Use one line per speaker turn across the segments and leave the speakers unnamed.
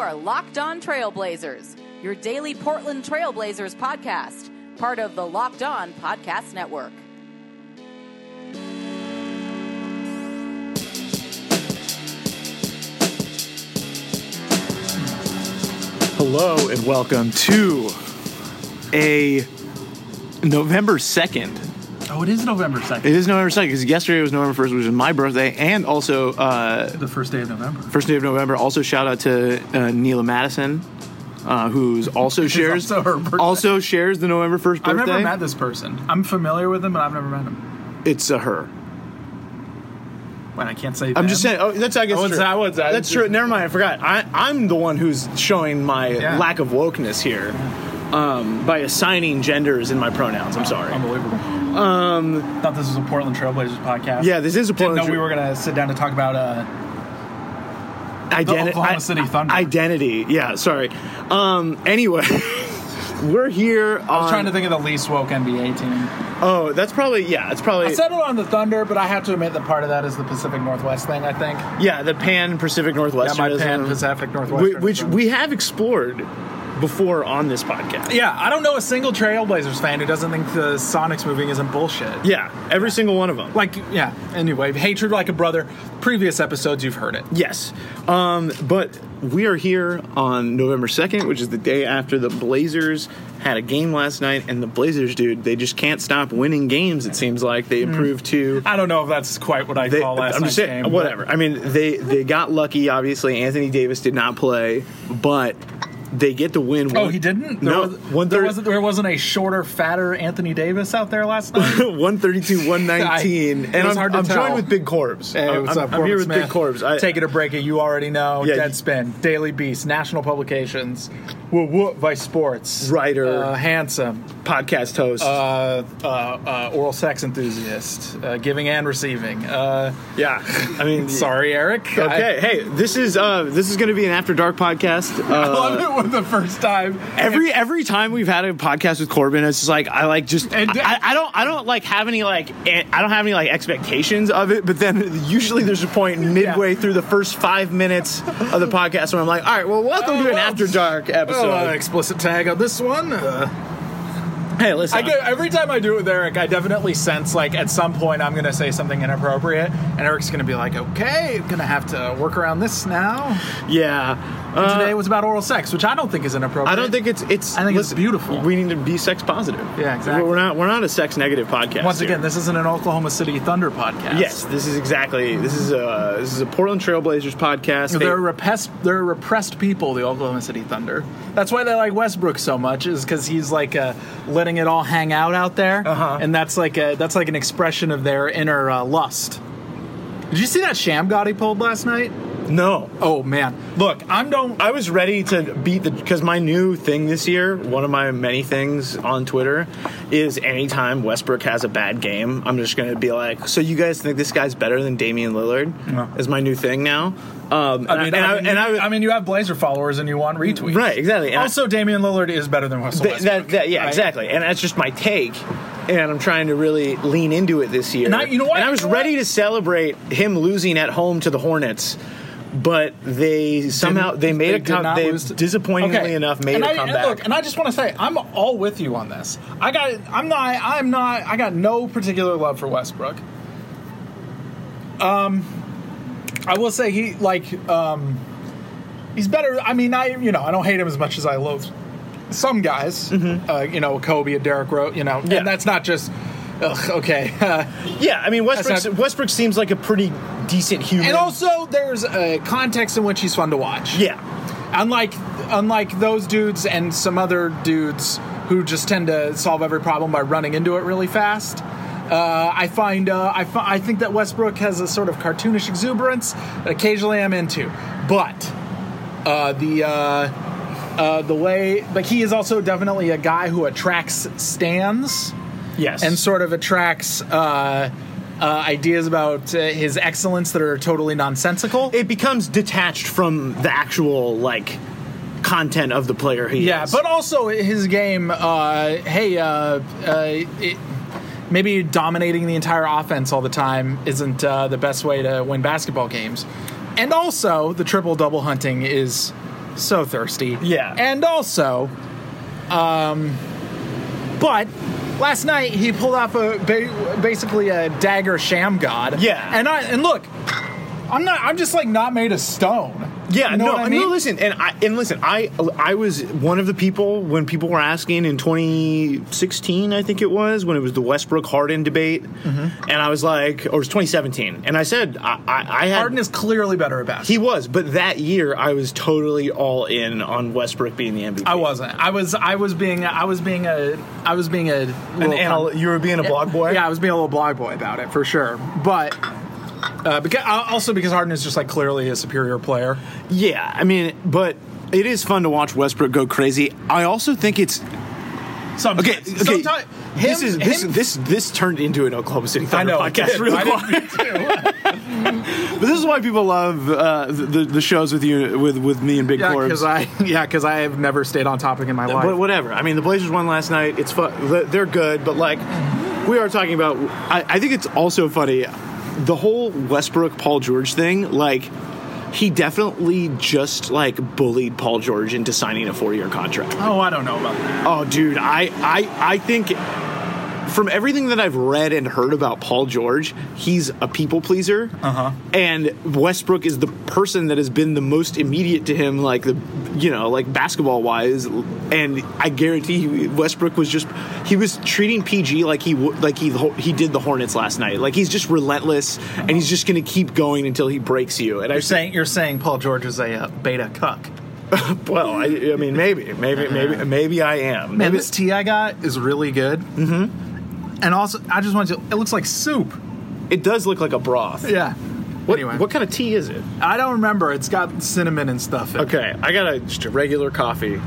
are Locked On Trailblazers, your daily Portland Trailblazers podcast, part of the Locked On Podcast Network.
Hello and welcome to a November 2nd.
Oh, it is November 2nd,
It is November 2nd because yesterday was November 1st, which is my birthday, and also uh,
the first day of November.
first day of November. Also, shout out to uh, Neela Madison, uh, who's also shares
also her birthday.
also shares the November 1st birthday.
I've never met this person. I'm familiar with him, but I've never met him.
It's a her.
When I can't say
I'm just saying. Oh, that's I guess
Oh,
true.
it's that, what's that?
That's true. Never mind. I forgot. I, I'm the one who's showing my
Yeah.
lack of wokeness here um, by assigning genders in my pronouns.
Oh.
I'm sorry.
Unbelievable. Um, thought this was a Portland Trailblazers podcast.
Yeah, this is a
Didn't
Portland
know we
Trail-
were gonna sit down to talk about. Uh,
Identi-
Oklahoma
I-
City Thunder.
Identity. Yeah, sorry. Um, anyway, we're here. On,
I was trying to think of the least woke NBA team.
Oh, that's probably yeah. It's
I
probably
settled on the Thunder, but I have to admit that part of that is the Pacific Northwest thing. I think.
yeah. The Pan Pacific
Yeah,
Northwest.
my pan Pacific Northwest.
which, we have explored before on this podcast.
Yeah, I don't know a single Trailblazers fan who doesn't think the Sonics moving isn't bullshit.
Yeah, every single one of them.
Like, yeah. Anyway, hatred like a brother. Previous episodes, you've heard it.
Yes. Um, but we are here on November 2nd, which is the day after the Blazers had a game last night. And the Blazers, dude, they just can't stop winning games, it seems like.
Mm.
They improved to.
I don't know if that's quite what I
They,
call last
I'm
night's
just saying,
game.
whatever. I mean, they, they got lucky, obviously. Anthony Davis did not play, but they get the win.
Oh, he didn't.
no,
was,
one
there
thirty-
wasn't there wasn't a shorter, fatter Anthony Davis out there last night.
132, 119.
I-
and
it
I'm,
was hard to
I'm joined
tell.
with Big Corbs.
Hey,
I'm,
what's
I'm-
up,
I'm
Corbin
here with
Smith?
Big Corbs. I-
Take it or break it. You already know.
Yeah, you-
Deadspin, Daily Beast, National Publications, Woo Woo, Vice Sports,
Writer.
uh, Handsome,
podcast host.
uh, uh, uh, Oral Sex Enthusiast, uh, Giving and Receiving. Uh,
yeah. I mean,
sorry, Eric.
Okay, hey, this is uh, this is going to be an after dark podcast.
I, I
Uh,
love it when the first time
every every time we've had a podcast with Corbin, it's just like I like just
And-
I, I don't I don't like have any like eh, I don't have any like expectations of it. But then usually there's a point midway through the first five minutes of the podcast where I'm like, all right, well, welcome to an
well,
after dark
Oh,
episode.
uh, explicit tag on this one. Uh,
hey, listen,
I get, every time I do it with Eric, I definitely sense like at some point I'm going to say something inappropriate, and Eric's going to be like, "Okay, I'm going to have to work around this now."
yeah,
And
Uh,
today was about oral sex, which I don't think is inappropriate.
I don't think it's it's.
I think it's beautiful.
We need to be sex positive.
Yeah, exactly.
We're not we're not a sex negative podcast.
Once
here.
again, this isn't an Oklahoma City Thunder podcast.
Yes, this is exactly this is a this is a Portland Trailblazers podcast.
They're
They-
repressed. They're repressed people. The Oklahoma City Thunder. That's why they like Westbrook so much, is because he's like uh, letting it all hang out out there,
Uh-huh.
and that's like a that's like an expression of their inner uh, lust. Did you see that sham god he pulled last night?
no,
Oh man, look, I'm don't.
I was ready to beat the because my new thing this year, one of my many things on Twitter, is anytime Westbrook has a bad game, I'm just going to be like, so you guys think this guy's better than Damian Lillard?
No.
Is my new thing now. Um,
I mean,
and I,
I, mean,
and I,
you- I mean, you have Blazer followers and you want retweets,
Right, exactly. And I-
also, Damian Lillard is better than Russell
th-
Westbrook.
that, that, yeah,
right?
exactly, and that's just my take. And I'm trying to really lean into it this year.
And I- you know what?
And I was
You know
ready
what?
to celebrate him losing at home to the Hornets, but they somehow they made a
did
com-
not
they
lose to-
disappointingly
Okay.
enough made
and
a
I- and
comeback.
Look, and I just want to say I'm all with you on this. I got I'm not I'm not I got no particular love for Westbrook. Um I will say he like um he's better I mean I you know I don't hate him as much as I loathe some guys uh, you know Kobe a Derrick Rose you know
Mm-hmm. Yeah.
and that's not just ugh, okay
Yeah, I mean Westbrook.
That's not-
Westbrook seems like a pretty decent human.
and also there's a context in which he's fun to watch
yeah,
unlike unlike those dudes and some other dudes who just tend to solve every problem by running into it really fast. Uh, I find uh, I, fi- I think that Westbrook has a sort of cartoonish exuberance that occasionally I'm into, but uh, the uh, uh, the way like he is also definitely a guy who attracts stands
yes,
and sort of attracts uh, uh, ideas about uh, his excellence that are totally nonsensical.
it becomes detached from the actual like content of the player he
Yeah,
is.
but also his game. Uh, hey, uh, uh, it, maybe dominating the entire offense all the time isn't uh, the best way to win basketball games. And also, the triple double hunting is so thirsty.
Yeah.
And also, um, but last night he pulled off a ba- basically a dagger sham god.
Yeah.
And I and look, I'm not. I'm just like not made of stone.
Yeah,
You know
no,
what I mean?
no. Listen, and I and listen, I I was one of the people when people were asking in 2016, I think it was when it was the Westbrook Harden debate,
Mm-hmm.
and I was like, or it was 2017, and I said I I, I had
Harden is clearly better at basketball.
he was, but that year I was totally all in on Westbrook being the MVP.
I wasn't. I was. I was being. I was being a. I was being a.
an
little
anal- you were being a blog boy.
Yeah, I was being a little blog boy about it for sure. But uh, because also because Harden is just like clearly a superior player.
Yeah, I mean, but it is fun to watch Westbrook go crazy. I also think it's
Sometimes.
okay. Okay,
Sometimes,
this
him-
is this,
him-
this this turned into an Oklahoma City
I
Thunder
know. it
podcast
did.
really
I
quick.
didn't mean to.
But this is why people love uh, the the shows with you with with me and Big
yeah,
Corbs.
because I yeah because I have never stayed on topic in my life.
but whatever. I mean, the Blazers won last night. It's fun. They're good, but like we are talking about. I, I think it's also funny the whole Westbrook Paul George thing. Like he definitely just like bullied Paul George into signing a four year contract.
oh, I don't know about that.
Oh, dude, I, I, I think from everything that I've read and heard about Paul George, he's a people pleaser. Uh-huh. And Westbrook is the person that has been the most immediate to him, like the, you know, like basketball wise. And I guarantee you, Westbrook was just he was treating PG like he wo- like he he did the Hornets last night. Like he's just relentless, and he's just going to keep going until he breaks you. And I
You're saying you're saying Paul George is a uh, beta cuck.
well, I, I mean, maybe, maybe, maybe, maybe I am.
Man,
Maybe
this tea I got is really good. Mm-hmm. And also, I just want to. It looks like soup.
it does look like a broth.
Yeah.
What,
anyway,
what kind of tea is it?
I don't remember. It's got cinnamon and stuff. In it.
Okay, I got a, just a regular coffee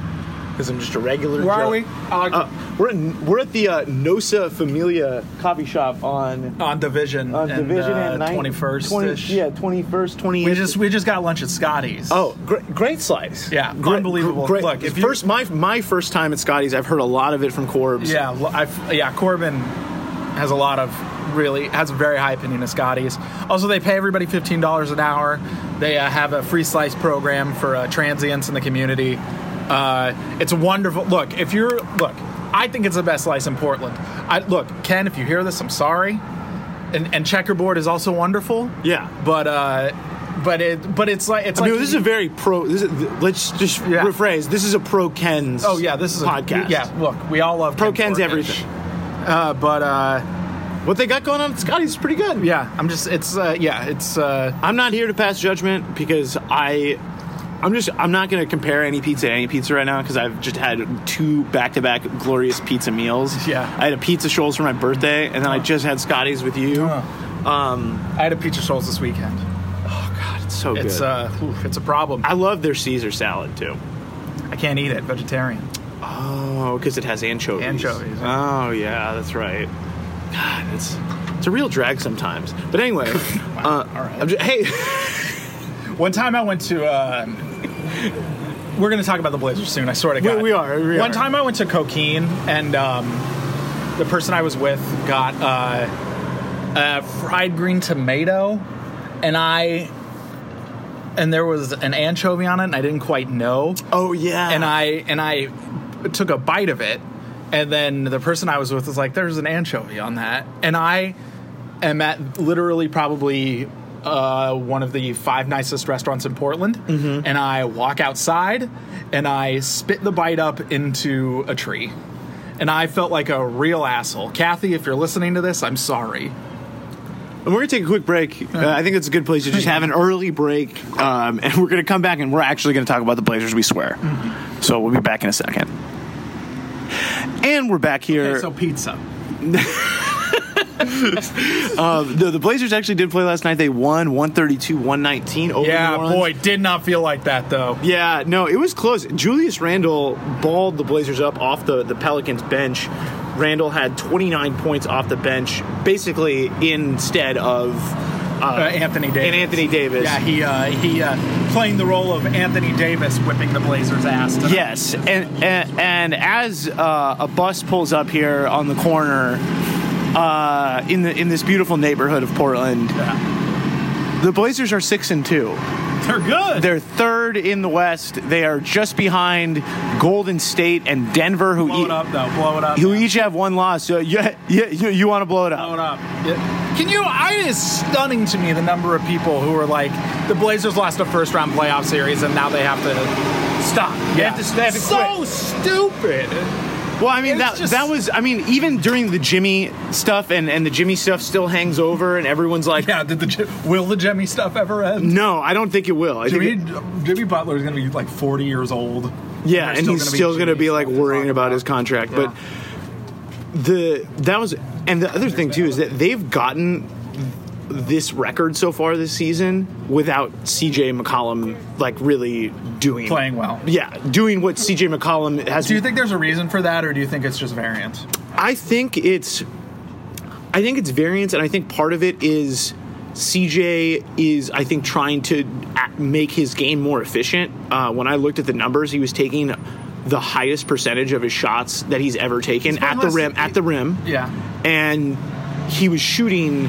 because I'm just a regular.
Where are
Joe.
we? I like-
Uh, we're in, we're at the uh, Nosa Familia coffee shop on
on Division.
on
and,
Division
uh,
and Ninth-
21st.
20
-ish.
yeah, twenty first, twenty.
We just we just got lunch at Scotty's.
Oh, great, great slice!
Yeah,
Gre-
unbelievable.
Great.
Look, if you-
first my my first time at Scotty's, I've heard a lot of it from Corbs.
yeah, lo- I've, yeah. Corbin has a lot of really has a very high opinion of Scotty's. Also, they pay everybody fifteen dollars an hour. They uh, have a free slice program for uh, transients in the community. Uh, it's wonderful. Look, if you're look, I think it's the best slice in Portland. I look, Ken, if you hear this, I'm sorry. And, and checkerboard is also wonderful.
Yeah.
but uh, but it but it's like it's
I
like
mean, this is a very pro. This is, let's just
Yeah.
rephrase. This is a pro Ken's.
Oh yeah, this is a
podcast.
yeah, look, we all love
pro
Ken
Ken's
Fordish.
everything.
Uh, but uh,
What they got going on at Scotty's is pretty good.
yeah, I'm just it's uh, yeah, it's uh,
I'm not here to pass judgment because I, I'm just I'm not going to compare any pizza to any pizza right now because I've just had two back-to-back glorious pizza meals.
Yeah.
I had a pizza Shoals for my birthday, and then I just had Scotty's with you.
I had a pizza souls this weekend.
God, it's so
It's
good.
uh, oof, it's a problem.
I love their Caesar salad too.
I can't eat it, vegetarian.
Oh, because it has anchovies.
Anchovies,
Oh yeah, that's right. God, it's it's a real drag sometimes. But anyway, uh, I'm just, hey,
One time I went to. Uh, we're going to talk about the Blazers soon. I swear to God,
we are, we
One
are.
time I went to Coquine, and um, the person I was with got uh, a fried green tomato, and I. And there was an anchovy on it, and I didn't quite know.
oh yeah,
and I and I took a bite of it, and then the person I was with was like, "There's an anchovy on that," and I am at literally probably uh, one of the five nicest restaurants in Portland, and I walk outside and I spit the bite up into a tree. And I felt like a real asshole. Kathy, if you're listening to this, I'm sorry.
And we're going to take a quick break. Uh, I think it's a good place to just have an early break. Um, and we're going to come back and we're actually going to talk about the Blazers, we swear.
Mm-hmm.
So we'll be back in a second. And we're back here.
Okay, so pizza.
Um, the, the Blazers actually did play last night. They won 132 119 over
Yeah,
New Orleans.
boy, did not feel like that though.
Yeah, no, it was close. Julius Randle balled the Blazers up off the, the Pelicans bench. Randle had 29 points off the bench, basically instead of uh,
Uh, Anthony Davis.
And Anthony Davis.
Yeah, he uh, he uh, playing the role of Anthony Davis whipping the Blazers' ass. tonight.
Yes, and and, and as uh, a bus pulls up here on the corner, uh, in the in this beautiful neighborhood of Portland, the Blazers are six and two.
They're good.
They're third in the West. They are just behind Golden State and Denver, who
blow
ea-
it up though. Blow it up.
e- who e- each have one loss. So yeah, yeah, you, you want to blow it
blow
up.
it up.
Can you? I it is stunning to me the number of people who are like, the Blazers lost a first round playoff series and now they have to.
Stop. You
Yeah.
have to, they have to
so
quit.
stupid.
Well, I mean
It's
that
just-
that was I mean even during the Jimmy stuff and and the Jimmy stuff still hangs over and everyone's like,
Yeah. Did the Jim- will the Jimmy stuff ever end?
no, I don't think it will. I think
Jimmy,
it-
Jimmy Butler is going to be like 40 years old.
Yeah, and he's still going to
Jimmy
be like
Butler.
worrying about his contract. But the that was, and the other thing too is that they've gotten this record so far this season without CJ McCollum like really doing
Playing well.
Yeah, doing what CJ McCollum has.
Do you think there's a reason for that, or do you think it's just variance?
I think it's, I think it's variance, and I think part of it is. CJ is, I think, trying to a- make his game more efficient. Uh, when I looked at the numbers, he was taking the highest percentage of his shots that he's ever taken at the
less-
rim. At the rim,
Yeah.
and he was shooting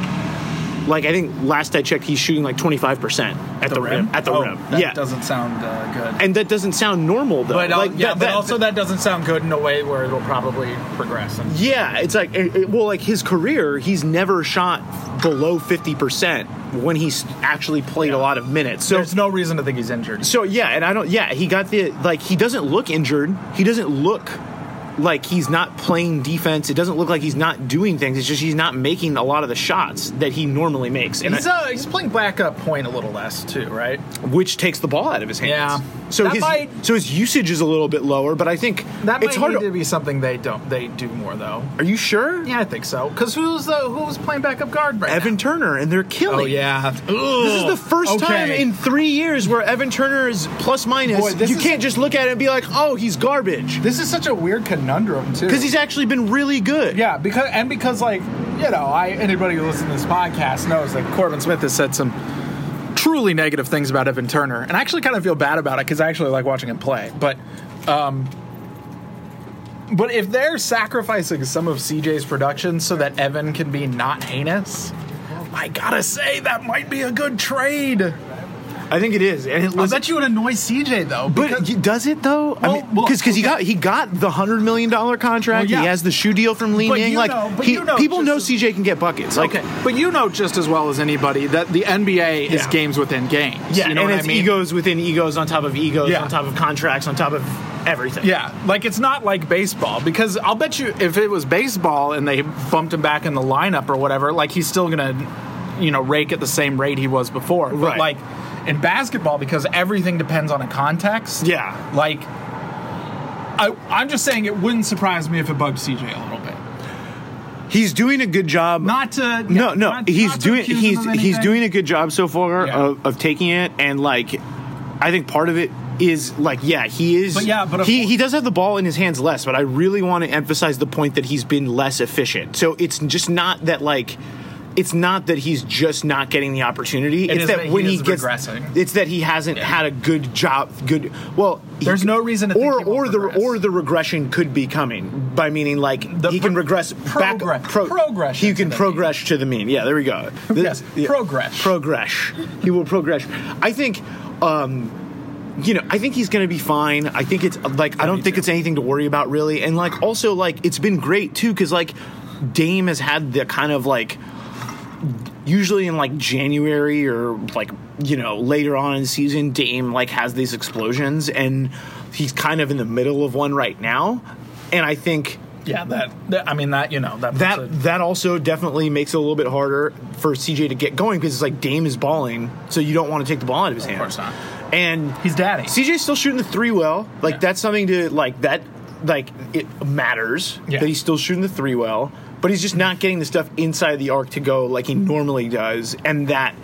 like I think last I checked, he's shooting like twenty five percent at the, rim? At the
Oh,
rim,
That
yeah.
doesn't sound uh, good.
and that doesn't sound normal though.
But, al-
like
yeah,
that,
but
that-
also that doesn't sound good in a way where it'll probably progress. And,
yeah, it's like it- it- well, like his career, he's never shot below fifty percent when he's actually played a lot of minutes. So
there's no reason to think he's injured.
So yeah, and I don't. Yeah, he got the like. He doesn't look injured. He doesn't look like he's not playing defense. It doesn't look like he's not doing things. It's just he's not making a lot of the shots that he normally makes, and
He's
I-
uh, he's playing backup point a little less too, right?
which takes the ball out of his hands.
Yeah.
So
That
his
might-
so his usage is a little bit lower, but I think
That
it's
might
hard.
need
to,
to be something they don't they do more though.
Are you sure?
Yeah, I think so. Because who's the who's playing backup guard right
Evan Turner, and they're
now?
killing.
Oh yeah.
This is the first time in three years where Evan Turner is plus minus.
Boy, this
you
is-
can't just look at it and be like, "Oh, he's garbage,"
This is such a weird conundrum too.
because he's actually been really good.
yeah because and because like you know I anybody who listens to this podcast knows that Corbin Smith has said some truly negative things about Evan Turner, and I actually kind of feel bad about it because I actually like watching him play, but. um but if they're sacrificing some of CJ's production so that Evan can be not heinous, I gotta say that might be a good trade.
I think it is, and it
I
looks-
bet you would annoy CJ though.
But y does it though? I
Well,
mean,
well,
because he
okay.
got he got the hundred million dollar contract.
Well, yeah.
He has the shoe deal from Lee
But
Ning.
you
Like
know- but
he-
you know
people
just
know
as-
CJ can get buckets. Like
okay, but you know just as well as anybody that the NBA is
Yeah.
games within games.
yeah,
you know
and
what
it's
I mean.
egos within egos on top of egos
Yeah.
on top of contracts on top of everything.
Yeah, like it's not like baseball because I'll bet you if it was baseball and they bumped him back in the lineup or whatever, like he's still gonna, you know, rake at the same rate he was before. But
Right.
like in basketball, because everything depends on a context.
Yeah.
like I, I'm just saying it wouldn't surprise me if it bugged CJ a little bit.
he's doing a good job.
Not to
no, no,
yeah, not-
he's
not to
doing
accuse him
he's
of
he's
anything.
doing a good job so far
Yeah.
of, of taking it, and like I think part of it is like yeah he is
But yeah, but of
he
course-
he does have the ball in his hands less, but I really want to emphasize the point that he's been less efficient. So it's just not that like. It's not that he's just not getting the opportunity. it's
is
that
that he
when he
is
gets,
regressing.
it's that he hasn't had a good job. Good. Well, he
There's
c-
no reason to think
or
he won't
or the
regress.
or the regression could be coming by meaning like
The
he can
pro-
regress back
progress- progression
He can
to the
progress progress to the mean. Yeah, there we go.
Yes, progress.
Progress. He will progress. I think. Um, you know, I think he's going to be fine. I think it's like I don't think it's anything to worry about really, and like also like it's been great too because like Dame has had the kind of like usually in like January or like you know later on in the season, Dame like has these explosions, and he's kind of in the middle of one right now, and I think
yeah that, that I mean that you know that
that
puts a-
that also definitely makes it a little bit harder for CJ to get going because it's like Dame is balling, so you don't want to take the ball out of his hand.
course not.
And
he's daddy.
CJ's still shooting the three well. Like
Yeah.
that's something to like that like it matters
Yeah.
that he's still shooting the three well, but he's just not getting the stuff inside the arc to go like he normally does, and that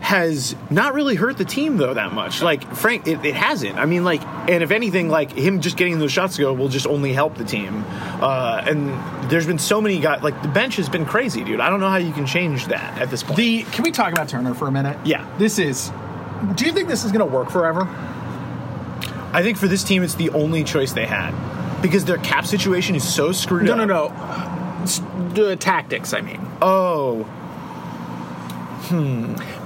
has not really hurt the team though that much. Like Frank, it, it hasn't. I mean, like, and if anything, like him just getting those shots to go will just only help the team. Uh, and there's been so many guys. Like the bench has been crazy, dude. I don't know how you can change that at this point.
The can we talk about Turner for a minute?
Yeah.
This is. Do you think this is going to work forever?
I think for this team, it's the only choice they had because their cap situation is so screwed up.
Oh, no. The tactics, I mean.
Oh.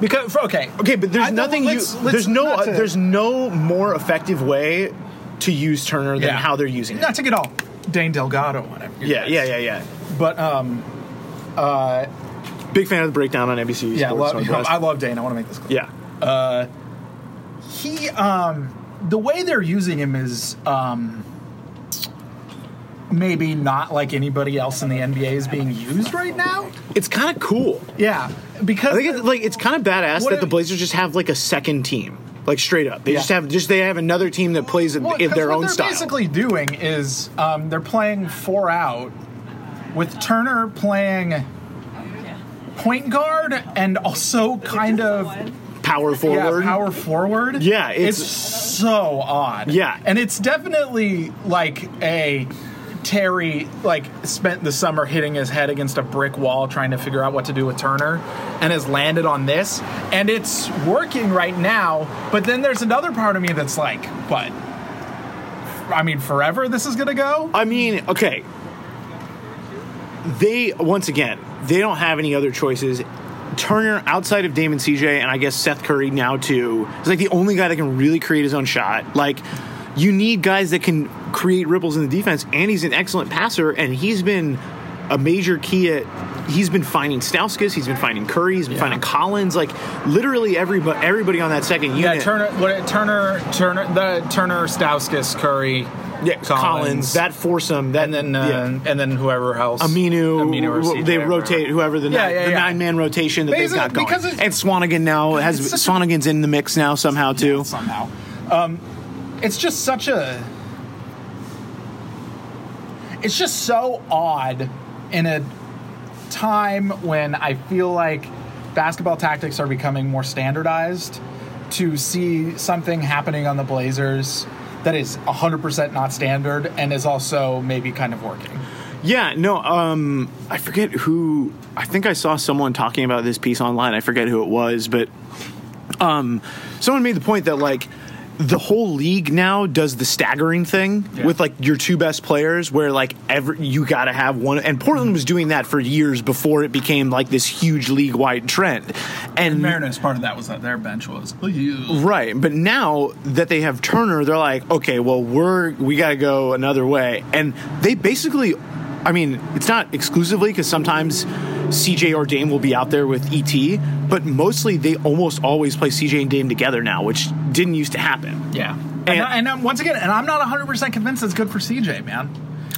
Because for, okay,
Okay, but there's
I don't-
nothing you.
let's- let's-
there's no. uh,
not to-
there's no more effective way to use Turner than
Yeah.
how they're using it.
not to get all Dane Delgado on it.
yeah, yeah, yeah, yeah.
But um,
Big fan of the breakdown on NBC.
Yeah, I
Sports
love,
Northwest.
I love Dane. I want to make this clear.
yeah,
he um, the way they're using him is um, maybe not like anybody else in the NBA is being used right now.
it's kind of cool.
Yeah,
I
because
think it's, like it's kind of badass
What
that
if-
the Blazers just have like a second team, like straight up. They
Yeah.
just have just they have another team that plays in
Well, 'cause
their
what
own
they're
style.
Basically, doing is um, they're playing four out with Turner playing point guard and also kind of
power
yeah,
forward.
power forward.
Yeah,
it's,
it's-
so odd.
Yeah.
and it's definitely like a. Terry like spent the summer hitting his head against a brick wall trying to figure out what to do with Turner and has landed on this and it's working right now but then there's another part of me that's like but I mean forever this is going to go
I mean, okay. They once again, they don't have any other choices. Turner outside of Damon CJ and I guess Seth Curry now too is like the only guy that can really create his own shot. Like you need guys that can create ripples in the defense and he's an excellent passer and he's been a major key at he's been finding Stauskas, he's been finding Curry, he's been finding Collins, like literally everybody everybody on that second
yeah
unit.
Turner what Turner Turner the Turner Stauskas Curry
Yeah, Collins, that foursome, that
and then uh,
yeah.
and then whoever else
Aminu,
Aminu or CJ
they
or
rotate
whoever.
whoever the,
Yeah,
nine,
yeah,
the
yeah.
nine man rotation that
Basically,
they've got
because
going.
it's-
And Swanigan now has
It's such a-
Swanigan's in the mix now somehow too.
somehow. Um, it's just such a. It's just so odd in a time when I feel like basketball tactics are becoming more standardized to see something happening on the Blazers that is 100% not standard and is also maybe kind of working.
Yeah, no, um, I forget who. I think I saw someone talking about this piece online. I forget who it was, but um, someone made the point that like the whole league now does the staggering thing
Yeah.
with like your two best players, where like every you got to have one. And Portland was doing that for years before it became like this huge league wide trend. And
Mariners part of that was that their bench was. "Ew."
Right, but now that they have Turner, they're like, okay, well, we're we got to go another way, and they basically, I mean, it's not exclusively because sometimes CJ or Dame will be out there with ET, but mostly they almost always play CJ and Dame together now, which didn't used to happen.
Yeah. And,
And-
I- and I'm, once again, and I'm not 100% convinced it's good for CJ, man.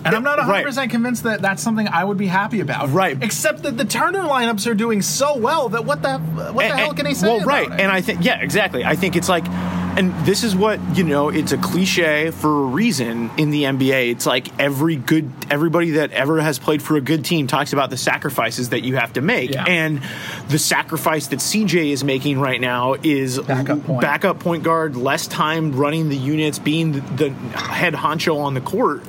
And I'm not
Right.
100% convinced that that's something I would be happy about.
Right.
Except that the Turner lineups are doing so well that what the what the
And-
hell
and-
can he say?
Well,
about
right,
it?
and I think yeah, exactly. I think it's like, and this is what you know. It's a cliche for a reason in the NBA. It's like every good everybody that ever has played for a good team talks about the sacrifices that you have to make,
Yeah.
and the sacrifice that CJ is making right now is
Backup point.
backup point guard, less time running the units, being the, the head honcho on the court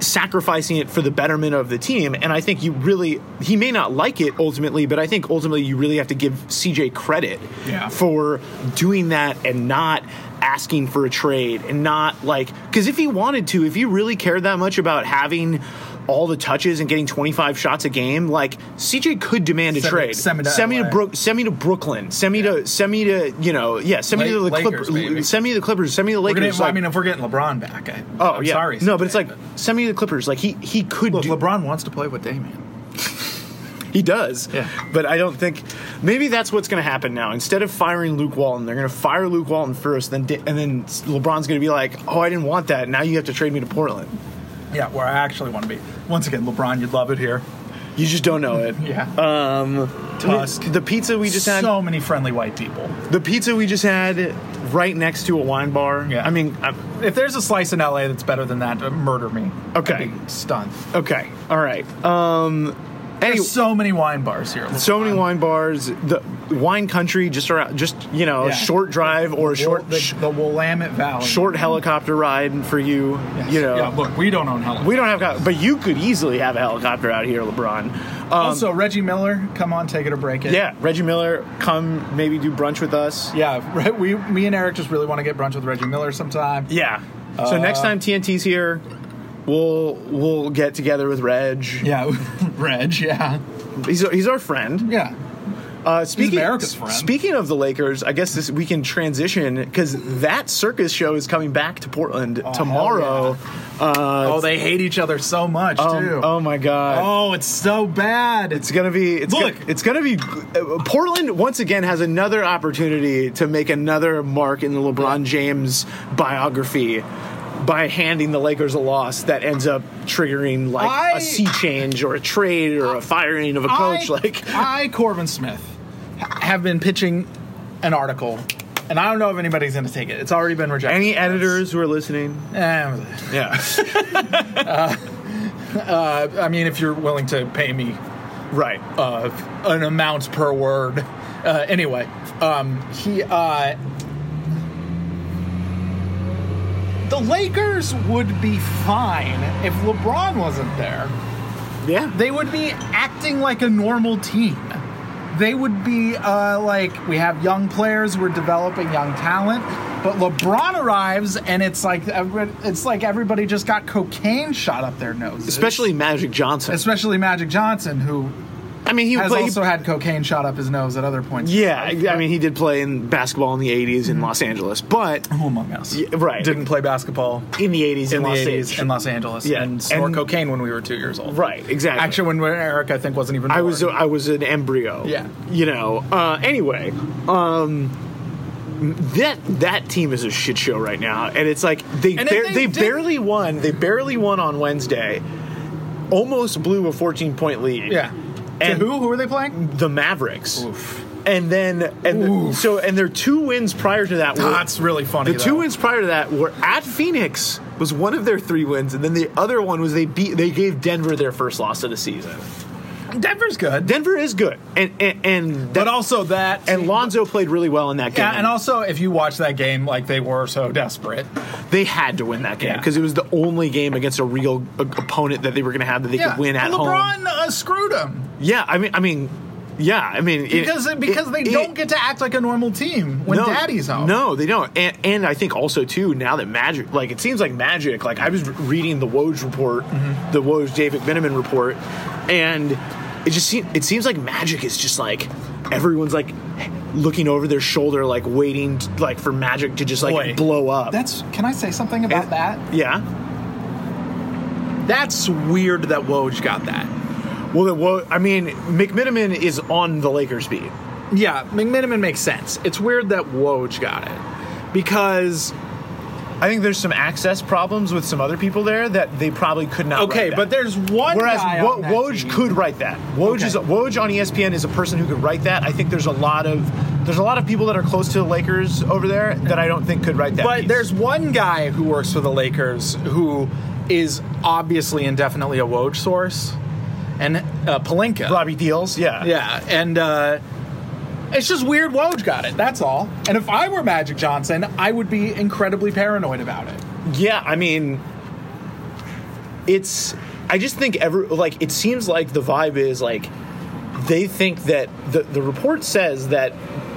sacrificing it for the betterment of the team. And I think you really, he may not like it ultimately, but I think ultimately you really have to give CJ credit
Yeah.
for doing that and not asking for a trade and not like, because if he wanted to, if he really cared that much about having all the touches and getting 25 shots a game, like CJ could demand a
Send-
trade.
send me to
send me to
LA.
Brook, send me to Brooklyn, send me to, send me to, you know, yeah, send me
La-
to the
Lakers, baby.
Clippers, send me to the Clippers, send me to the
We're
Lakers.
gonna, I
like-
mean, if we're getting LeBron back, I,
Oh
I'm
yeah,
sorry.
no, but it's
CJ,
like send me to the Clippers. Like he he could
look,
do,
LeBron wants to play with Damian.
He does.
Yeah.
But I don't think maybe that's what's going to happen now. Instead of firing Luke Walton, they're going to fire Luke Walton first, then Da- and then LeBron's going to be like, "Oh, I didn't want that. Now you have to trade me to Portland."
Yeah, where I actually want to be. Once again, LeBron, you'd love it here.
You just don't know it.
Yeah. Tusk.
The, the pizza we just had.
so many friendly white people.
The pizza we just had right next to a wine bar.
Yeah.
I mean, i
If there's a slice in LA that's better than that, uh, murder me.
Okay.
I'd be stunned.
okay. All right. Um anyway,
There's so many wine bars here.
so many wine bars, the wine country just around just, you know, a
Yeah.
short drive or a short
the,
sh-
the Willamette Valley.
short helicopter ride for you, you know.
Yeah, look, we don't own Helen.
We don't have, co- but you could easily have a helicopter out here, LeBron. Um,
also, Reggie Miller, come on, take it or break it.
yeah, Reggie Miller, come maybe do brunch with us.
yeah. Right, we, me and Eric just really want to get brunch with Reggie Miller sometime.
Yeah. so next time TNT's here, we'll we'll get together with Reg.
Yeah, Reg. Yeah,
He's he's our friend.
yeah.
Uh, speaking,
America's friend.
speaking of the Lakers, I guess this we can transition because that circus show is coming back to Portland tomorrow. Uh,
Oh, they hate each other so much
um,
too.
oh my god!
oh, it's so bad.
It's gonna be it's
Look.
Gonna, it's gonna be uh, Portland once again has another opportunity to make another mark in the LeBron James biography by handing the Lakers a loss that ends up triggering like a
I-
sea change or a trade or a firing of a coach.
I-
like
I, Corbin Smith, ha- have been pitching an article, and I don't know if anybody's going to take it. It's already been rejected.
any editors who are listening,
Eh,
yeah,
I mean, if you're willing to pay me
right.
uh, an amount per word. Uh, anyway, um, he. Uh, the Lakers would be fine if LeBron wasn't there.
yeah,
they would be acting like a normal team. They would be uh, like, we have young players, we're developing young talent, but LeBron arrives and it's like everybody, it's like everybody just got cocaine shot up their noses.
especially Magic Johnson.
especially Magic Johnson, who
I mean, he
has
played.
also had cocaine shot up his nose at other points.
yeah, I mean, he did play in basketball in the '80s in Los Angeles, but
Who among us?
Yeah, right.
Didn't play basketball
in the '80s in,
in the
Los
80s
Angeles,
in Los Angeles
Yeah,
and snore
and-
cocaine when we were two years old.
right? Exactly.
Actually, when Eric, I think, wasn't even
I
born.
was uh, I was an embryo.
Yeah.
You know. Uh, anyway, um, that that team is a shit show right now, and it's like they
And if
bar-
they
they,
did-
barely won. They barely won on Wednesday. Almost blew a 14 point lead.
Yeah.
And-
to who? Who were they playing?
The Mavericks. And then and so and their two wins prior to that were
That's really funny.
The two
though.
wins prior to that were at Phoenix was one of their three wins, and then the other one was they beat they gave Denver their first loss of the season.
Denver's good.
Denver is good, and and and,
but
that-
also that
and Lonzo played really well in that game.
yeah, and also if you watch that game, like they were so desperate.
they had to win that game
Yeah.
because it was the only game against a real uh, opponent that they were going to have that they could win at
LeBron
home.
uh, screwed them
Yeah, I mean, I mean, yeah, I mean, it-
because
it-
because they
it-
don't get to act like a normal team when
no,
Daddy's home.
No, they don't. And, and I think also too now that Magic, like it seems like Magic. Like I was re- reading the Woj report,
Mm-hmm.
the Woj David Benjamin report, and it just seems it seems like Magic is just like everyone's like looking over their shoulder, like waiting t- like for Magic to just like
Boy.
blow up.
That's can I say something about
And-
that?
yeah.
That's weird that Woj got that.
Well, the, well, I mean, McMiniman is on the Lakers beat.
Yeah, McMiniman makes sense. It's weird that Woj got it because
I think there's some access problems with some other people there that they probably could not.
okay,
write that.
but there's one
Whereas
guy
Wo-
on that
Woj
team-
could write that. Woj
Okay.
is Woj on E ESPN is a person who could write that. I think there's a lot of there's a lot of people that are close to the Lakers over there that I don't think could write that.
But
piece.
there's one guy who works for the Lakers who is obviously and definitely a Woj source, and uh, Palinka.
Bobby Deals, yeah,
Yeah, and uh, it's just weird. Woj got it. That's all. And if I were Magic Johnson, I would be incredibly paranoid about it.
yeah. I mean, it's I just think every like it seems like the vibe is like they think that the the report says that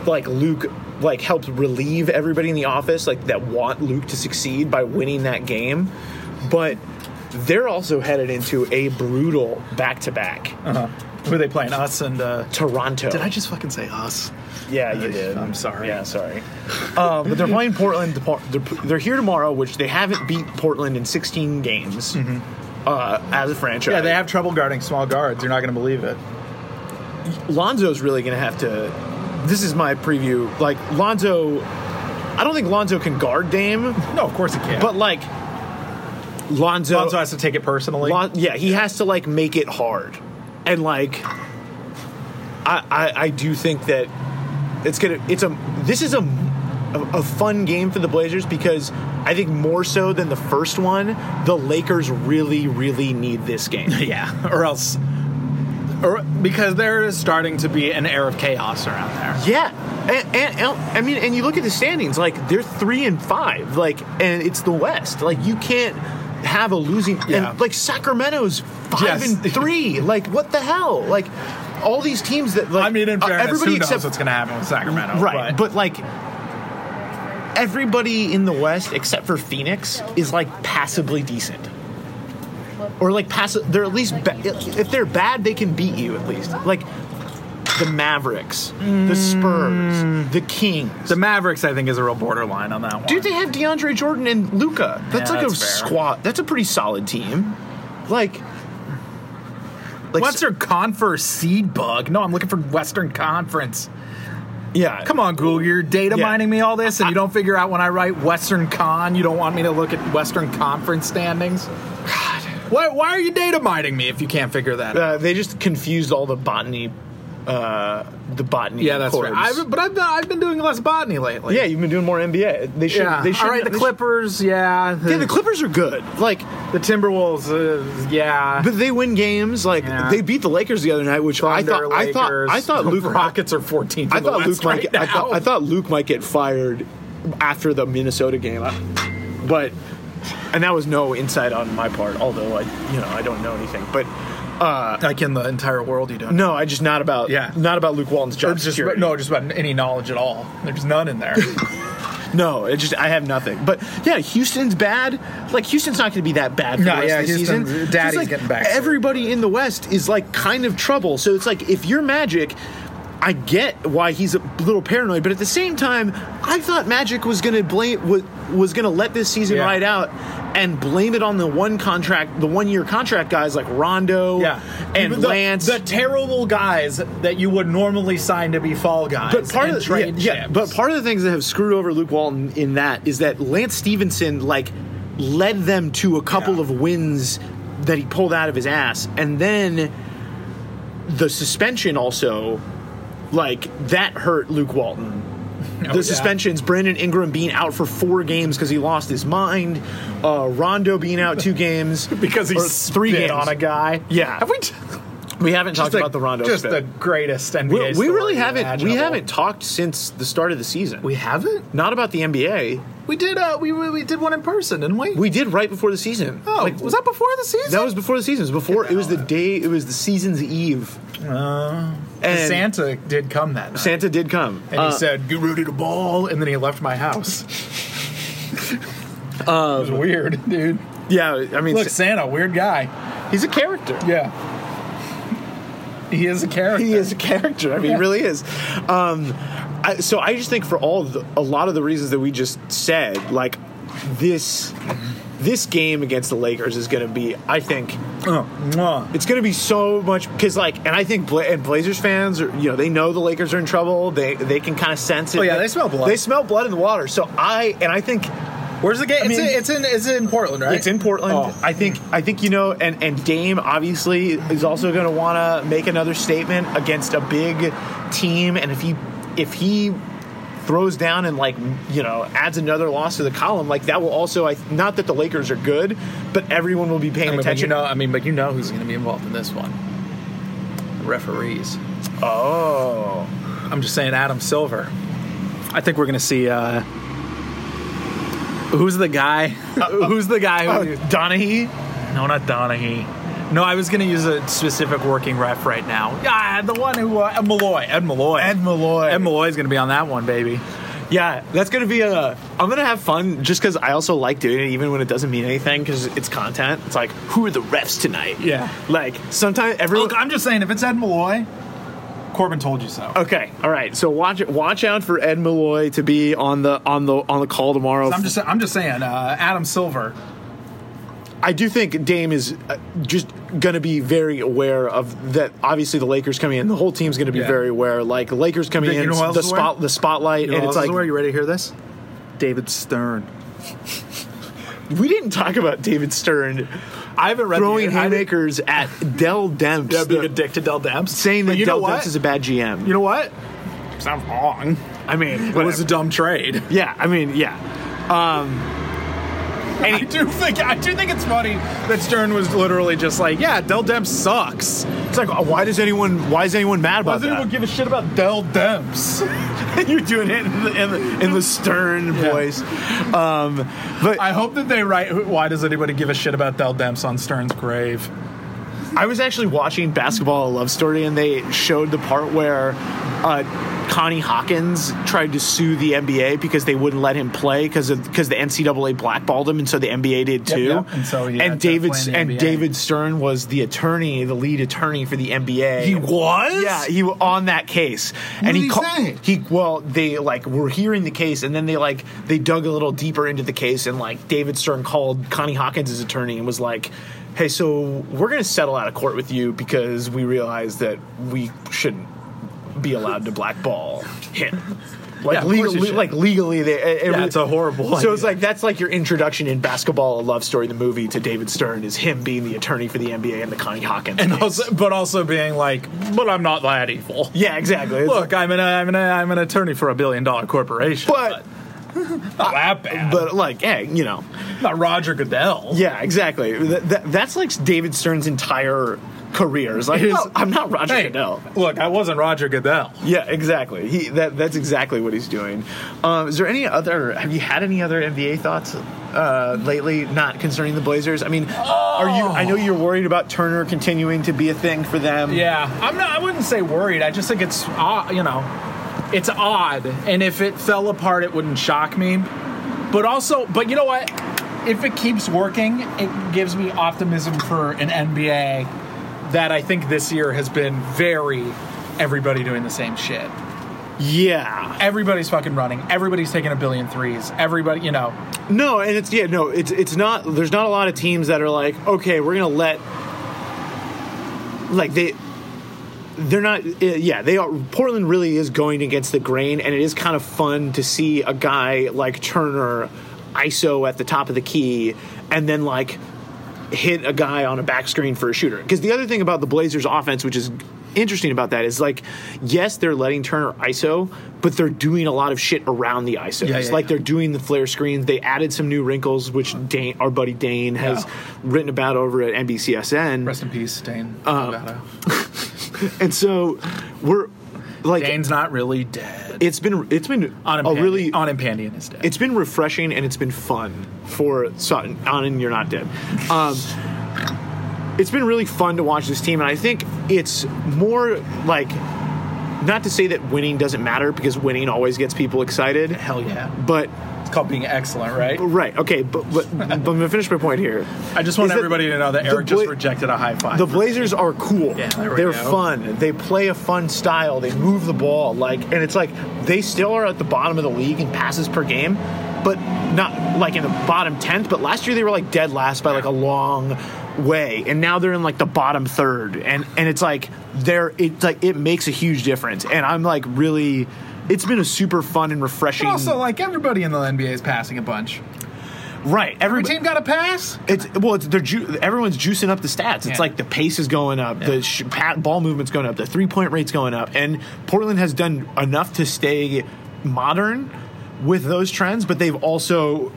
like Luke like helped relieve everybody in the office like that want Luke to succeed by winning that game, but they're also headed into a brutal back to back
Who are they playing? Us and. Uh,
Toronto.
Uh-huh. did I just fucking say us?
Yeah, you did.
I'm sorry.
Yeah, sorry. uh, but they're playing Portland. tomor- They're, they're here tomorrow, which they haven't beat Portland in 16 games uh, as a franchise.
Yeah, they have trouble guarding small guards. You're not going to believe it.
Lonzo's really going to have to. This is my preview. Like Lonzo, I don't think Lonzo can guard Dame,
No, of course he can't.
but like Lonzo,
Lonzo has to take it personally.
Lon- yeah, he has to like make it hard, and like I, I, I do think that it's gonna. It's a. This is a, a a fun game for the Blazers because I think more so than the first one, the Lakers really, really need this game.
yeah, or else. Or, because there is starting to be an air of chaos around there.
Yeah, and, and, and I mean, and you look at the standings, like they're three and five, like, and it's the West. Like you can't have a losing.
Yeah.
And, like Sacramento's five
Yes.
and three. Like what the hell? Like all these teams that like
I mean, in
uh,
fairness,
everybody
who knows
except
what's going to happen with Sacramento?
right, but, like. Everybody in the West except for Phoenix is like passably decent, or like pass. They're at least ba- if they're bad, they can beat you at least. Like the Mavericks, the Spurs, the Kings.
Mm. The Mavericks, I think, is a real borderline on that one.
Dude, they have DeAndre Jordan and Luca. That's
Yeah,
like a
that's fair.
squad. That's a pretty solid team. Like, like
What's her Confer seed bug? No, I'm looking for Western Conference.
Yeah,
Come on, Google. You're data
Yeah.
mining me all this, and you don't figure out when I write Western Con, you don't want me to look at Western Conference standings. God, why, why are you data mining me if you can't figure that? out?
Uh, they just confused all the botany, uh, the botany.
Yeah, that's
chords.
right. I've, but I've been, I've been doing less botany lately.
yeah, you've been doing more NBA. They should.
yeah.
They should.
all right, the
they should-
Clippers. Yeah, the,
yeah, the Clippers are good. Like,
the Timberwolves. Uh, yeah,
but they win games. Like
Yeah.
they beat the Lakers the other night, which I
Thunder,
thought. I thought. I
Lakers.
thought
The
Luke.
Rockets are 14th.
I
in the
thought
West
Luke might.
right
get- I, thought,
now.
I thought Luke might get fired after the Minnesota game, I- but and that was no insight on my part. Although I, you know, I don't know anything, but.
like in the entire world, you don't.
No, I just not about
Yeah.
not about Luke Walton's
Or
job
just
security.
no, just about any knowledge at all. There's none in there.
No, it just I have nothing. But yeah, Houston's bad. Like Houston's not going to be that bad for
No,
the rest
yeah,
of the
Houston- uh,
season. So
Daddy's
it's like
getting back to it.
Everybody in the West is like kind of trouble. So it's like if you're Magic, I get why he's a little paranoid, but at the same time, I thought Magic was going to blame was, was going to let this season
Yeah.
ride out and blame it on the one contract, the one year contract guys like Rondo and
Even the,
Lance.
the terrible guys that you would normally sign to be fall guys.
But part
and
of the, yeah,
trade
yeah,
chips.
but part of the things that have screwed over Luke Walton in that is that Lance Stevenson like led them to a couple
Yeah.
of wins that he pulled out of his ass, and then the suspension also like that hurt Luke Walton. The
yeah.
suspensions: Brandon Ingram being out for four games because he lost his mind, uh, Rondo being out two games
because
or
he's three games. on a guy.
Yeah,
Have we t-
we haven't talked
just the-
about the Rondo.
Just
spit.
the greatest NBA.
we, we
story
really haven't. We
imaginable.
haven't talked since the start of the season.
We haven't.
Not about the NBA.
We did. Uh, we we did one in person, didn't we?
We did right before the season.
oh,
Like,
was that before the season?
That was before the season. It was before. It was the day. It was the season's eve. and
Uh, Santa did come that night,
Santa uh, did come.
and he said, "Get ready to ball," and then he left my house. it
Um,
was weird, dude.
Uh, yeah, I mean,
Look,
Sa-
Santa, weird guy.
he's a character.
Yeah. He is a character.
He is a character. I mean, he really is. Um, I, so I just think for all of the, a lot of the reasons that we just said, like this, this game against the Lakers is going to be, I think,
Oh, mwah.
It's going to be so much because, like, and I think Bla- and Blazers fans, are, you know, they know the Lakers are in trouble. They they can kind of sense it.
Oh, yeah, they smell blood.
They smell blood in the water. So I and I think
Where's the game?
I mean-
it's, in, it's in it's in Portland, right?
it's in Portland.
Oh.
I think I think you know, and and Dame obviously is also going to want to make another statement against a big team. And if he if he throws down and like you know adds another loss to the column, like that will also I not that the Lakers are good, but everyone will be paying
I mean, but you
attention.
know, I mean, but you know who's going to be involved in this one? Referees.
oh.
I'm just saying, Adam Silver. I think we're going to see. Uh, who's the guy?
Uh,
who's the guy?
Oh,
Who,
Donahue?
No, not Donahue. No, I was going to use a specific working ref right now. Yeah, the one who uh, Ed Malloy. Ed Malloy.
Ed Malloy.
Ed Malloy's going to be on that one, baby.
Yeah, that's gonna be a. I'm gonna have fun just because I also like doing it, even when it doesn't mean anything, because it's content. It's like, who are the refs tonight?
Yeah. Oh,
Like sometimes everyone.
Look, I'm just saying, if it's Ed Malloy, Corbin told you
Oh.
so.
okay, all right. So watch it. Watch out for Ed Malloy to be on the on the on the call tomorrow.
I'm just, I'm just saying, uh, Adam Silver.
I do think Dame is uh, just gonna be very aware of that. Obviously, the Lakers coming in, the whole team's gonna be
Yeah.
very aware. Like Lakers coming
You
in,
know who else
the
is aware?
spot the spotlight, and it's like
where you ready to hear this? David Stern.
we didn't talk about David Stern
I haven't read
throwing
the, I haven't-
haymakers at Dell Demps.
Yeah, being
the-
a dick to Del Demps.
saying
But
that
you
Dell
know what?
Demps is a bad GM.
you know what?
Sounds wrong.
I mean,
It was a dumb trade.
yeah, I mean, yeah.
I do think, I do think it's funny.
That Stern was literally just like, yeah, Del Demps sucks.
It's like, why does anyone? Why is anyone mad about
Doesn't anyone
that?
give a shit about Dell Demps?
You're doing it in the, in the, in the stern voice. Um, but I,
I hope that they write. Why does anybody give a shit about Dell Demps on Stern's grave?
was actually watching Basketball: A Love Story, and they showed the part where uh, Connie Hawkins tried to sue the NBA because they wouldn't let him play because because the NCAA blackballed him, and so the NBA did too.
yep. And so he had to
David
play in the
and
NBA.
David Stern was the attorney, the lead attorney for the NBA.
He was?
yeah, he was on that case, and
did
he
he
ca-
say?
he well they like were hearing the case, and then they like they dug a little deeper into the case, and like David Stern called Connie Hawkins' his attorney and was like. Hey, so we're going to settle out of court with you because we realize that we shouldn't be allowed to blackball him. Like,
Yeah, of course you
legally,
should.
like legally, they. It, it
Yeah,
was-
it's a horrible
So
idea.
it's like that's like your introduction in basketball, a love story, the movie to David Stern is him being the attorney for the NBA and the Connie Hawkins.
and
case.
also, but also being like, but I'm not that evil.
yeah, exactly. It's-
Look, I'm an I'm an I'm an attorney for a billion dollar corporation.
but
not that bad.
but like, hey, you know,
not Roger Goodell.
yeah, exactly. Th- th- that's like David Stern's entire career. Is like,
It is-
"Well, I'm not Roger
Hey,
Goodell.
look, I wasn't Roger Goodell.
Yeah, exactly. He that that's exactly what he's doing. Um, is there any other? Have you had any other NBA thoughts uh, lately? Not concerning the Blazers. I mean, are you? I know you're worried about Turner continuing to be a thing for them.
Yeah, I'm not. I wouldn't say worried. I just think it's odd. You know, it's odd. And if it fell apart, it wouldn't shock me. But also, but you know what? If it keeps working, it gives me optimism for an NBA that I think this year has been very everybody doing the same shit.
yeah.
Everybody's fucking running. Everybody's taking a billion threes. Everybody, you know,
No, and it's yeah, no, it's it's not. There's not a lot of teams that are like, okay, we're gonna let like they. They're not, uh, yeah. They are. Portland really is going against the grain, and it is kind of fun to see a guy like Turner, ISO at the top of the key, and then like hit a guy on a back screen for a shooter. Because the other thing about the Blazers offense, which is interesting about that, is like, yes, they're letting Turner ISO, but they're doing a lot of shit around the ISO.
Yeah,
It's
yeah,
like
yeah.
they're doing the flare screens. They added some new wrinkles, which Dane, our buddy Dane has written about over at NBCSN.
rest in peace, Dane.
And so we're like,
Dane's not really dead.
it's been it's been
on
a really
on Impandian is dead.
it's been refreshing and it's been fun for Sutton. Anand, you're not dead. Um, it's been really fun to watch this team, and I think it's more like not to say that winning doesn't matter because winning always gets people excited,
hell yeah.
but
It's called being excellent, right?
right, okay, but but, but I'm gonna finish my point here.
I just want
Is that
everybody to know that
the
Eric just
Bla-
rejected a high five.
The Blazers are cool.
Yeah, there we
They're
go.
fun. They play a fun style. They move the ball like, and it's like they still are at the bottom of the league in passes per game, but not like in the bottom tenth. But last year they were like dead last by like a long way, and now they're in like the bottom third, and and it's like they're it's like it makes a huge difference, and I'm like really. It's been a super fun and refreshing.
But also, like everybody in the NBA is passing a bunch.
right,
Every
every
team got a pass.
It's well, it's, they're ju- everyone's juicing up the stats. It's
Yeah.
like the pace is going up, the sh- pat- ball movement's going up, the three point rate's going up, and Portland has done enough to stay modern with those trends, but they've also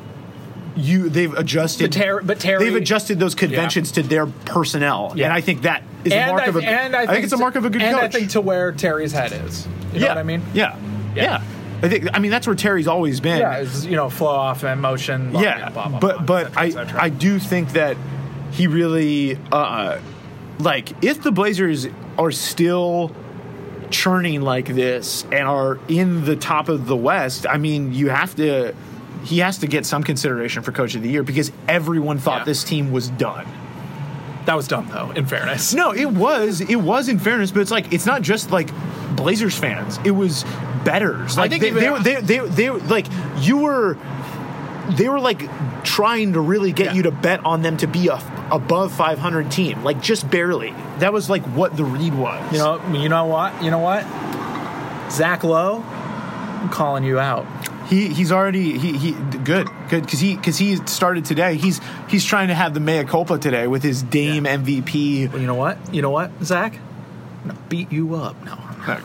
you they've adjusted.
But Ter- but Terry-
they've adjusted those conventions to their personnel,
Yeah.
and I think that is a mark
I,
of a.
and
I, think, it's a mark of a good
and
coach.
I think to where Terry's head is. You know
yeah,
what I mean?
yeah, yeah, I think I mean that's where Terry's always been.
Yeah, it's, you know, flow off and motion. Blah,
yeah,
blah, blah,
but
blah,
but
et cetera, et cetera.
I I do think that he really uh, like if the Blazers are still churning like this and are in the top of the West, I mean you have to he has to get some consideration for coach of the year because everyone thought
Yeah.
this team was done.
that was dumb though. In fairness,
No, it was it was in fairness, but it's like it's not just like Blazers fans. It was betters. Like
think
they,
even-
they, were- they, they, they, like you were they were like trying to really get
Yeah.
you to bet on them to be a f- above 500 team, like just barely. That was like what the read was.
you know, you know what, you know what, Zach Lowe, I'm calling you out.
he he's already he he good good because he because he started today. He's he's trying to have the mea culpa today with his Dame MVP.
Well, you know what, you know what, Zach, I'm gonna beat you up. No, I'm not.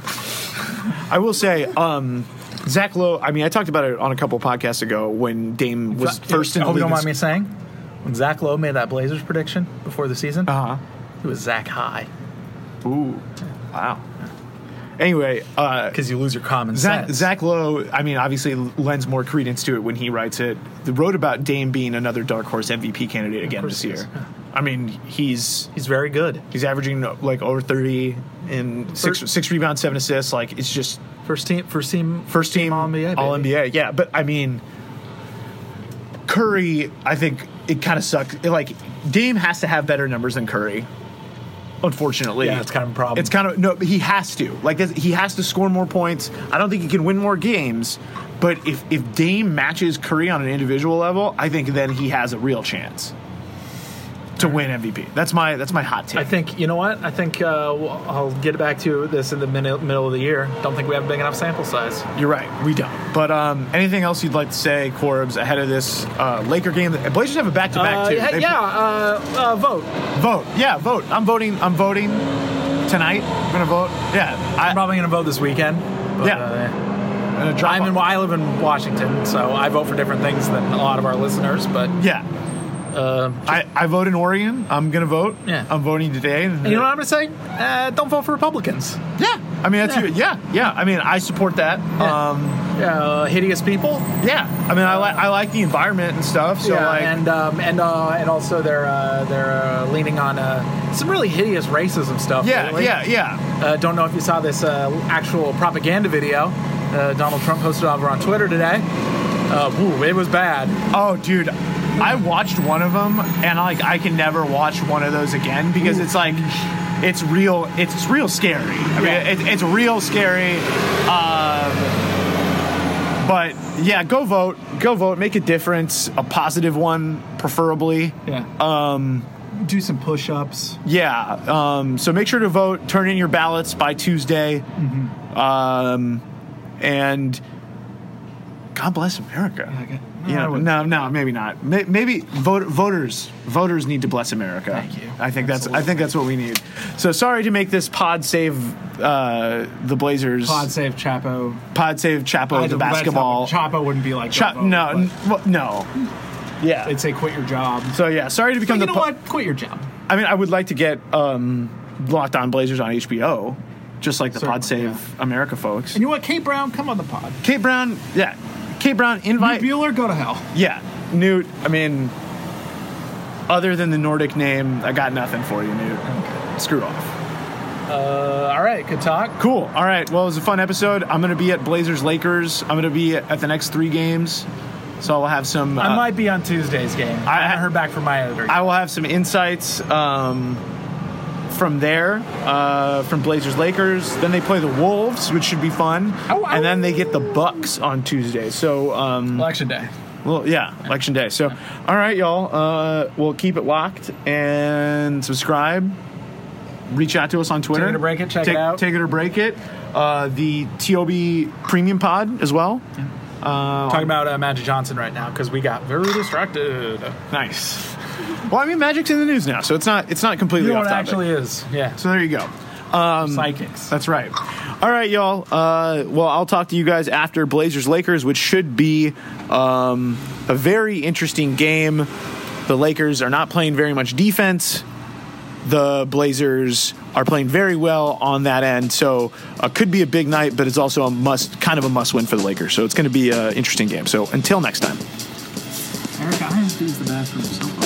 I will say, um, Zach Lowe. I mean, I talked about it on a couple podcasts ago when Dame was first in the
hope
league.
you oh, don't
in
mind me saying, when Zach Lowe made that Blazers prediction before the season,
Uh-huh.
it was Zach High
Ooh, wow. Anyway, uh,
because you lose your common
Zach,
sense.
Zach Lowe. I mean, obviously lends more credence to it when he writes it. Wrote about Dame being another dark horse MVP candidate again
course
this
he is.
year. I mean, he's he's very good. He's averaging like over thirty in six
First-
six rebounds, seven assists. Like it's just
First team, first team,
first team
All NBA,
All
baby.
NBA. Yeah, but I mean, Curry. I think it kind of sucks. It, like Dame has to have better numbers than Curry. Unfortunately,
Yeah, it's kind of a problem.
It's kind of no. But he has to like this, he has to score more points. I don't think he can win more games. But if if Dame matches Curry on an individual level, I think then he has a real chance to win MVP. That's my that's my hot take.
I think you know what. I think uh, we'll- I'll get back to this in the middle, middle of the year. Don't think we have a big enough sample size.
You're right. We don't. But um, anything else you'd like to say, Corbs, ahead of this uh, Laker game? The Blazers have a back to back
Uh,
too.
yeah,
They-
yeah, uh, uh, vote.
Vote. Yeah, vote. I'm voting. I'm voting tonight. I'm gonna vote. Yeah. I,
I'm probably gonna vote this weekend. but,
Yeah.
uh,
I'm gonna drop
I'm in.
off-
I live in Washington, so I vote for different things than a lot of our listeners. But
Yeah. I, I vote in Oregon. I'm gonna vote.
Uh, Yeah.
I'm voting today.
And you know what I'm gonna say? Uh, don't vote for Republicans.
Yeah. I mean that's
Yeah.
you. yeah yeah. I mean I support that.
Yeah.
Um,
Uh, hideous people.
yeah. I mean I like I like the environment and stuff. So
yeah,
like
and um, and uh, and also they're uh, they're uh, leaning on uh, some really hideous racism stuff.
yeah
lately.
yeah yeah
Uh, don't know if you saw this uh, actual propaganda video uh, Donald Trump posted over on Twitter today. Uh, woo, it was bad.
Oh, dude, I watched one of them, and like I can never watch one of those again because it's like it's real. It's real scary. I mean,
Yeah.
it, it's real scary. Um, but yeah, go vote. Go vote. Make a difference. A positive one, preferably.
Yeah.
Um,
Do some push-ups.
Yeah. Um, so make sure to vote. Turn in your ballots by Tuesday. Um, and God bless America.
okay.
You
No, I
know,
wouldn't.
no, no, maybe not. May- Maybe vote, voters, voters need to bless America.
Thank you.
I think that's. I think that's what we need. So sorry to make this pod save uh, the Blazers.
Pod save Chapo.
pod save Chapo the basketball.
Chapo wouldn't be like
Cha-
Chapo.
no, n- well, no. Yeah.
They'd say quit your job.
so yeah, sorry to become
you
the.
know
po-
what? Quit your job.
I mean, I would like to get um, Locked On Blazers on HBO, just like the
Certainly,
Pod Save America folks.
And you know what? Kate Brown, come on the pod.
Kate Brown, yeah, Kate Brown invite,
Bueller, go to hell.
yeah, Newt. I mean, other than the Nordic name, I got nothing for you, Newt. Screw off.
Uh, all right, good talk.
Cool. All right. Well, it was a fun episode. I'm gonna be at Blazers Lakers. I'm gonna be at the next three games, so I'll have some.
I
uh,
might be on Tuesday's game. I, haven't heard back from my editor.
I will have some insights um, from there, uh, from Blazers Lakers. Then they play the Wolves, which should be fun,
Ow, ow.
and then they get the Bucks on Tuesday. So, um,
Election day.
well, yeah, election day. So, all right, y'all, uh, we'll keep it locked and subscribe. Reach out to us on Twitter.
Take it or break it, check it
take,
out.
Take it or break it. Uh, the TOB Premium Pod as well.
Talking about uh, Magic Johnson right now because we got very distracted.
Nice. Well, I mean, Magic's in the news now, so it's not it's not completely
You know
off
what
topic.
actually is? Yeah.
so there you go.
Psychics.
That's right. All right, y'all. Uh, well, I'll talk to you guys after Blazers Lakers, which should be um, a very interesting game. The Lakers are not playing very much defense. The Blazers are playing very well on that end, so uh, could be a big night, but it's also a must, kind of a must win for the Lakers. So it's going to be an interesting game. So until next time.
Eric Ironsby's the bathroom. So far.